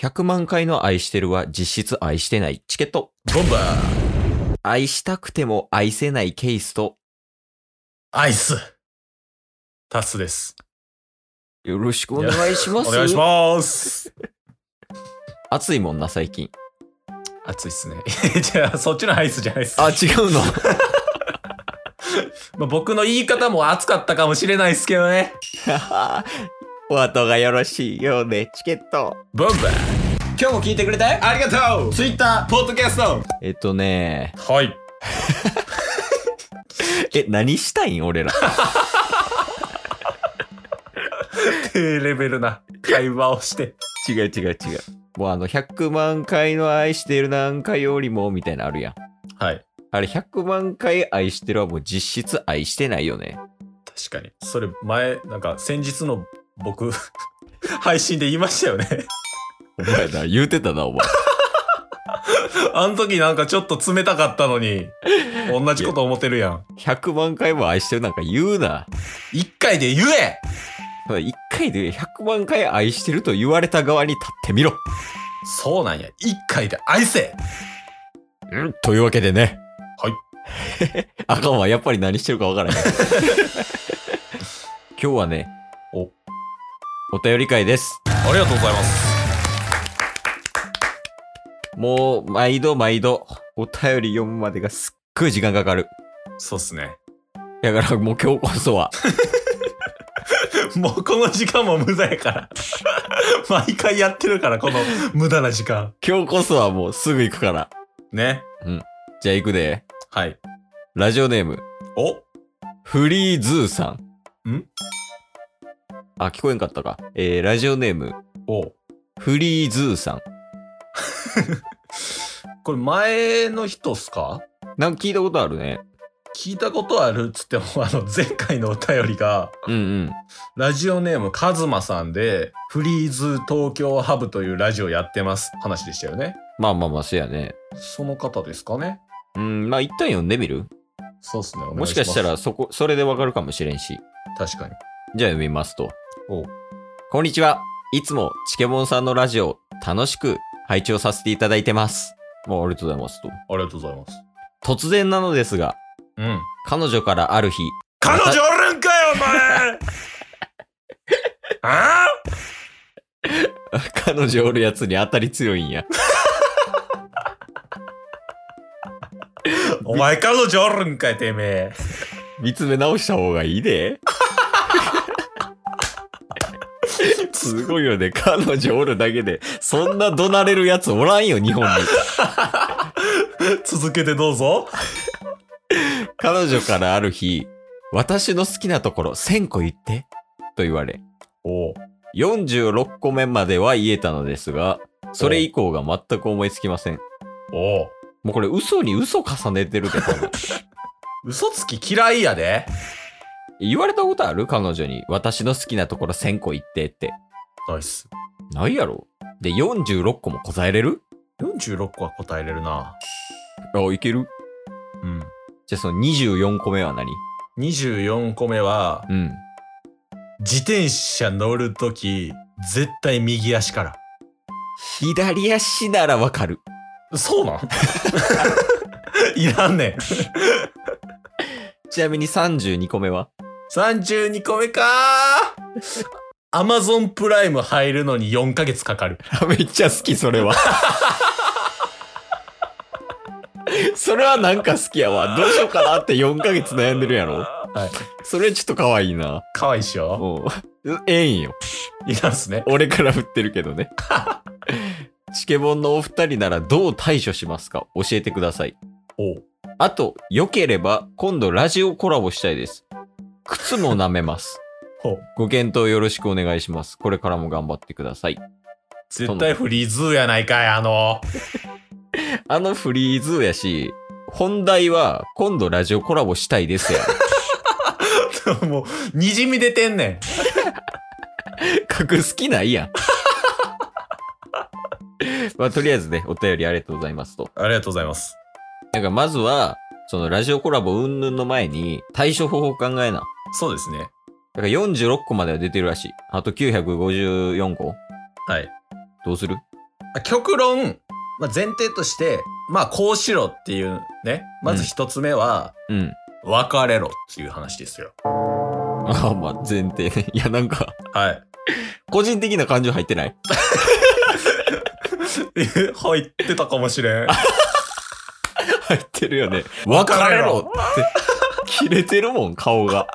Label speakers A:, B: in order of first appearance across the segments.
A: 100万回の愛してるは実質愛してないチケット。
B: ボンバー
A: 愛したくても愛せないケースと、
B: アイスタスです。
A: よろしくお願いしま
B: お
A: す。
B: 願いします
A: 暑いもんな、最近。
B: 暑いっすね。 じゃあ、そっちのアイスじゃないっす。
A: あ、違うの。
B: まあ、僕の言い方も暑かったかもしれないっすけどね。
A: お後がよろしいようで、チケット。
B: ボンバー今日も聞いてくれてありがとう !Twitter、ポッドキャスト
A: えっとね、
B: はい。
A: え、何したいん俺ら。
B: 低レベルな会話をして。
A: 違う違う違う。もうあの、100万回の愛してるなんかよりも、みたいなのあるやん。
B: はい。
A: あれ、100万回愛してるはもう実質愛してないよね。
B: 確かに。それ前、なんか先日の僕、 配信で言いましたよね。
A: お前な、言うてたな、お前。
B: あの時なんかちょっと冷たかったのに、同じこと思ってるやん。
A: 100万回も愛してるなんか言うな。
B: 一回で言え
A: ただ一回で100万回愛してると言われた側に立ってみろ。
B: そうなんや。一回で愛せ
A: うん、というわけでね。
B: はい。
A: あかんわ、やっぱり何してるかわからへん。 今日はね、
B: お、
A: お便り会です。
B: ありがとうございます。
A: もう、毎度毎度、お便り読むまでがすっごい時間かかる。
B: そうっすね。
A: だからもう今日こそは、
B: もうこの時間も無駄やから。 毎回やってるから、この無駄な時間。
A: 今日こそはもうすぐ行くから。
B: ね。
A: じゃあ行くで。
B: はい。
A: ラジオネーム、
B: お
A: フリーズーさん。
B: ん
A: あ、聞こえんかったか。えー、ラジオネーム、
B: お
A: フリーズーさん。
B: これ前の人っすか
A: なんか聞いたことあるね。
B: 聞いたことあるっつっても、 あの、前回のお便りが、
A: うんうん。
B: ラジオネームカズマさんで、フリーズ東京ハブというラジオやってます話でしたよね。
A: まあまあまあ、そうやね。
B: その方ですかね。
A: うん、まあ一旦読んでみる
B: そうっすね。お願
A: も
B: い
A: し
B: し
A: か
B: ます
A: したら、そこ、それでわかるかもしれんし。
B: 確かに。
A: じゃあ読みますと。
B: おう
A: こんにちは。いつもチケモンさんのラジオ、楽しく拝聴させていただいてます。もうありがとうございますと。
B: ありがとうございます。
A: 突然なのですが、
B: うん。
A: 彼女からある日、
B: 彼女おるんかよ、お 前あ
A: 彼女おるやつに当たり強いんや。
B: あお前彼女おるんかい、てめえ。
A: 見つめ直した方がいいで。すごいよね。彼女おるだけで、そんな怒鳴れるやつおらんよ、日本に。
B: 続けてどうぞ。
A: 彼女からある日、私の好きなところ1000個言って、と言われ、
B: おう
A: 46個目までは言えたのですが、それ以降が全く思いつきません。
B: おう
A: もうこれ嘘に嘘重ねてるけどな、
B: 嘘つき嫌いやで。
A: 言われたことある彼女に、私の好きなところ1000個言ってって。
B: ナイス。
A: ないやろで、46個も答えれる
B: 46個は答えれるな。
A: あ、いける
B: うん。
A: じゃあその24個目は何
B: 24個目は、
A: うん。
B: 自転車乗るとき、絶対右足から。
A: 左足ならわかる。
B: そうなん いらんねん。
A: ちなみに32個目は
B: 32個目 かアマゾンプライム入るのに4ヶ月かかる。
A: あ めっちゃ好き、それは。 それはなんか好きやわ。どうしようかなって4ヶ月悩んでるやろ。
B: はい。
A: それちょっと可愛いな。
B: かわいいっしょ
A: うん。ええんよ。
B: いらんっすね。
A: 俺から振ってるけどね。 チケボンのお二人ならどう対処しますか教えてください。
B: おう
A: あと、良ければ今度ラジオコラボしたいです。靴も舐めます。
B: ほう
A: ご検討よろしくお願いします。これからも頑張ってください。
B: 絶対フリーズーやないかい、あの。
A: あのフリーズやし、本題は今度ラジオコラボしたいですやん。
B: もう、にじみ出てんねん。
A: 格好きないやん。 まあ、とりあえずね、お便りありがとうございますと。
B: ありがとうございます。
A: なんかまずは、そのラジオコラボ云々の前に対処方法を考えな。
B: そうですね。
A: だから46個までは出てるらしい。あと954個
B: はい。
A: どうする
B: あ極論、まあ、前提として、まあ、こうしろっていうね、まず一つ目は、
A: うん。
B: 別れろっていう話ですよ。
A: ああ、まあ、前提ね。いや、なんか、
B: はい。
A: 個人的な感情入ってない
B: え 入ってたかもし れん。
A: 入ってるよね。別
B: 別
A: れ
B: れ
A: ろ
B: ろ
A: って。切れてるもん、顔が。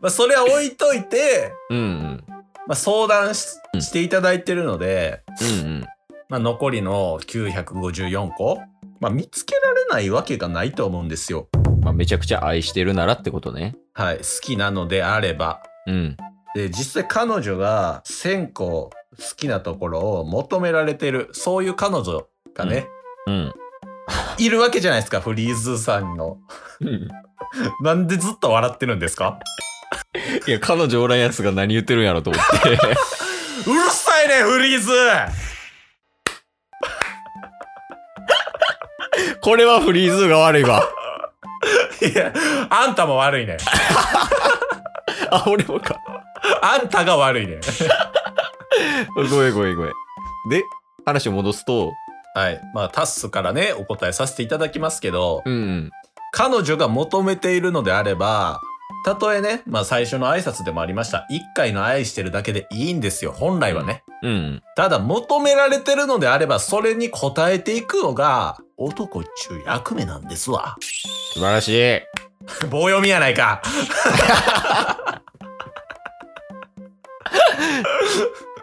B: まあ、それは置いといて、
A: うんうん。
B: まあ、相談し
A: うん
B: していただいてるので、
A: うんうん。
B: まあ、残りの954個、まあ、見つけられないわけがないと思うんですよ。
A: まあ、めちゃくちゃ愛してるならってことね。
B: はい。好きなのであれば。
A: うん。
B: で、実際彼女が1000個好きなところを求められてる、そういう彼女がね、
A: うん。
B: いるわけじゃないですか、フリーズさんの。 なんでずっと笑ってるんですか
A: いや、彼女おらんやつが何言ってるんやろと思って。
B: うるさいね、フリーズ
A: これはフリーズが悪いわ。
B: いや、あんたも悪いね。
A: あ、俺もか。
B: あんたが悪いね。
A: ごめんごめんごめん。で、話を戻すと、
B: はい。まあ、タッスからね、お答えさせていただきますけど、
A: うんうん。
B: 彼女が求めているのであれば、たとえね、まあ最初の挨拶でもありました。一回の愛してるだけでいいんですよ、本来はね。
A: うん。
B: ただ、求められてるのであれば、それに応えていくのが、男っちゅう役目なんですわ。
A: 素晴らしい。
B: 棒読みやないか。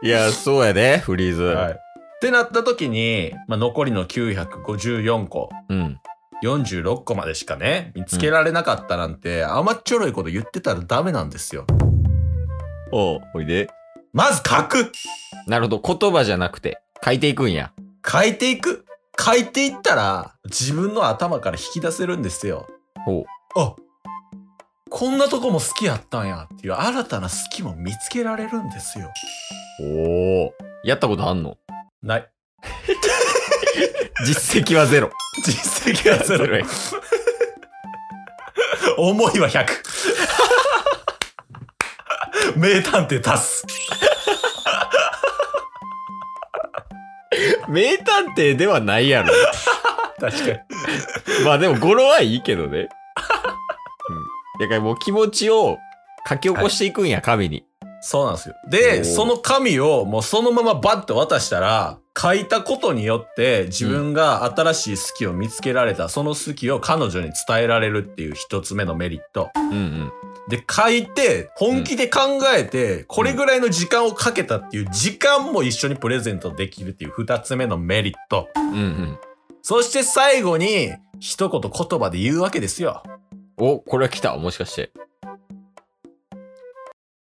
A: いや、そうやで、フリーズ。
B: はい。ってなった時に、まあ、残りの954個、
A: うん。
B: 46個までしかね、見つけられなかったなんて、甘っちょろいこと言ってたらダメなんですよ。
A: おう、おいで。
B: まず書く
A: なるほど、言葉じゃなくて、書いていくんや。
B: 書いていく書いていったら、自分の頭から引き出せるんですよ。
A: ほう
B: あこんなとこも好きやったんやっていう新たな好きも見つけられるんですよ。
A: おお。やったことあんの
B: ない。
A: 実績はゼロ。
B: 実績はゼロ。
A: ゼロ
B: 思いは100。名探偵タス。
A: 名探偵ではないやろ。
B: 確かに。
A: まあでも語呂はいいけどね。うん。だからもう気持ちを書き起こしていくんや、紙に。
B: そうなんですよ。
A: おー
B: で、その紙をもうそのままバッて渡したら、書いたことによって自分が新しい好きを見つけられた、その好きを彼女に伝えられるっていう一つ目のメリット。
A: うんうん。
B: で、書いて、本気で考えて、これぐらいの時間をかけたっていう時間も一緒にプレゼントできるっていう二つ目のメリット。
A: うんうん。
B: そして最後に、一言言葉で言うわけですよ。
A: お、これは来た。もしかして。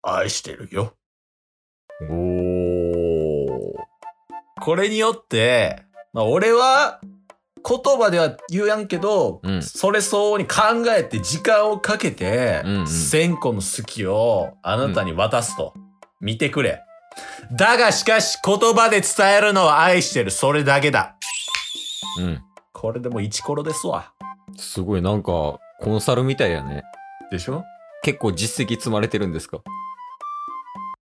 B: 愛してるよ。
A: おお。
B: これによって、まあ、俺は言葉では言うやんけど、
A: うん
B: それ相応に考えて時間をかけて、
A: うんうん
B: 1000個の好きをあなたに渡すと、見てくれ。だがしかし言葉で伝えるのは愛してるそれだけだ。
A: うん。
B: これでもイチコロですわ。
A: すごい、なんか、コンサルみたいやね。
B: でしょ
A: 結構実績積まれてるんですか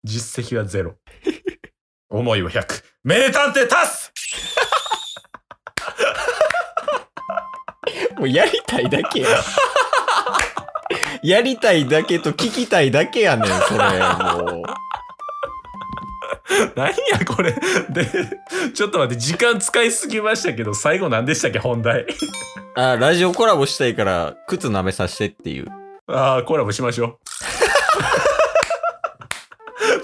B: 実績はゼロ。 思いは100。名探偵タス
A: もうやりたいだけや。 やりたいだけと聞きたいだけやねん、それ。もう。
B: 何やこれ。 で、ちょっと待って、時間使いすぎましたけど、最後何でしたっけ本題。
A: あ、ラジオコラボしたいから、靴舐めさせてっていう。
B: ああ、コラボしましょう。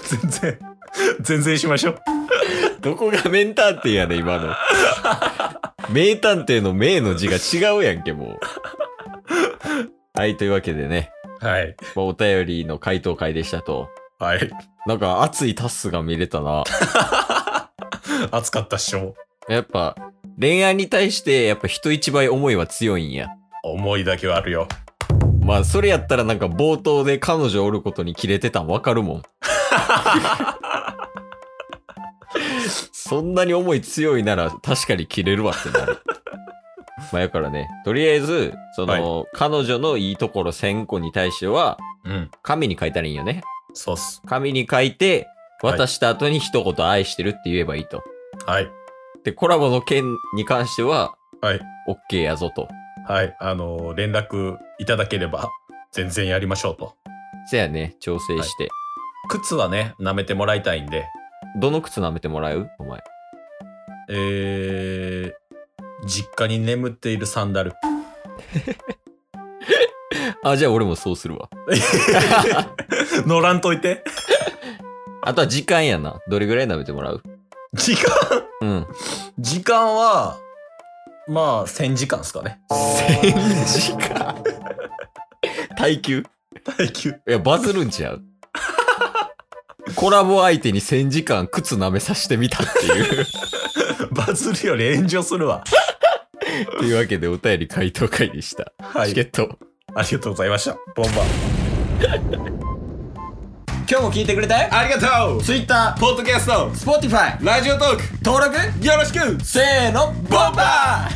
B: 全然、全然しましょう。
A: どこが名探偵やねん、今の。名探偵の名の字が違うやんけ、もう。はい、というわけでね、
B: はい。
A: まあお便りの回答会でしたと。
B: はい。
A: なんか熱いタスが見れたな。
B: 暑かったっしょ。
A: やっぱ、恋愛に対して、やっぱ人一倍思いは強いんや。
B: 思いだけはあるよ。
A: まあ、それやったらなんか冒頭で彼女おることにキレてたんわかるもん。そんなに思い強いなら確かにキレるわってなる。まあ、やからね、とりあえず、その、彼女のいいところ1000個に対しては、
B: うん。
A: 紙に書いたらいいんよね。
B: そうっす。
A: 紙に書いて、
B: はい
A: 渡した後に一言愛してるって言えばいいと。
B: はい。
A: で、コラボの件に関しては、
B: はい。
A: OK やぞと。
B: はい。あの、連絡いただければ、全然やりましょうと。
A: せやね、調整して。
B: 靴はね、舐めてもらいたいんで、
A: どの靴舐めてもらうお前。
B: えー、実家に眠っているサンダル。
A: あ、じゃあ俺もそうするわ。
B: 乗らんといて。
A: あとは時間やな。どれぐらい舐めてもらう
B: 時間、
A: うん。
B: 時間は、まあ、1000時間ですかね。
A: 1000時間。耐久
B: 耐久。
A: いや、バズるんちゃうコラボ相手に1000時間靴舐めさせてみたって いう。
B: バズるより炎上するわ。
A: というわけでお便り回答会でした。
B: は
A: チケット。
B: ありがとうございました。ボンバー。 今日も聞いてくれてありがとう !Twitter、ポッドキャスト、Spotify、ラジオトーク、登録よろしくせーの、ボンバ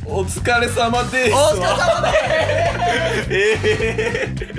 B: ー
A: お疲れ様です
B: お疲れ様ですえー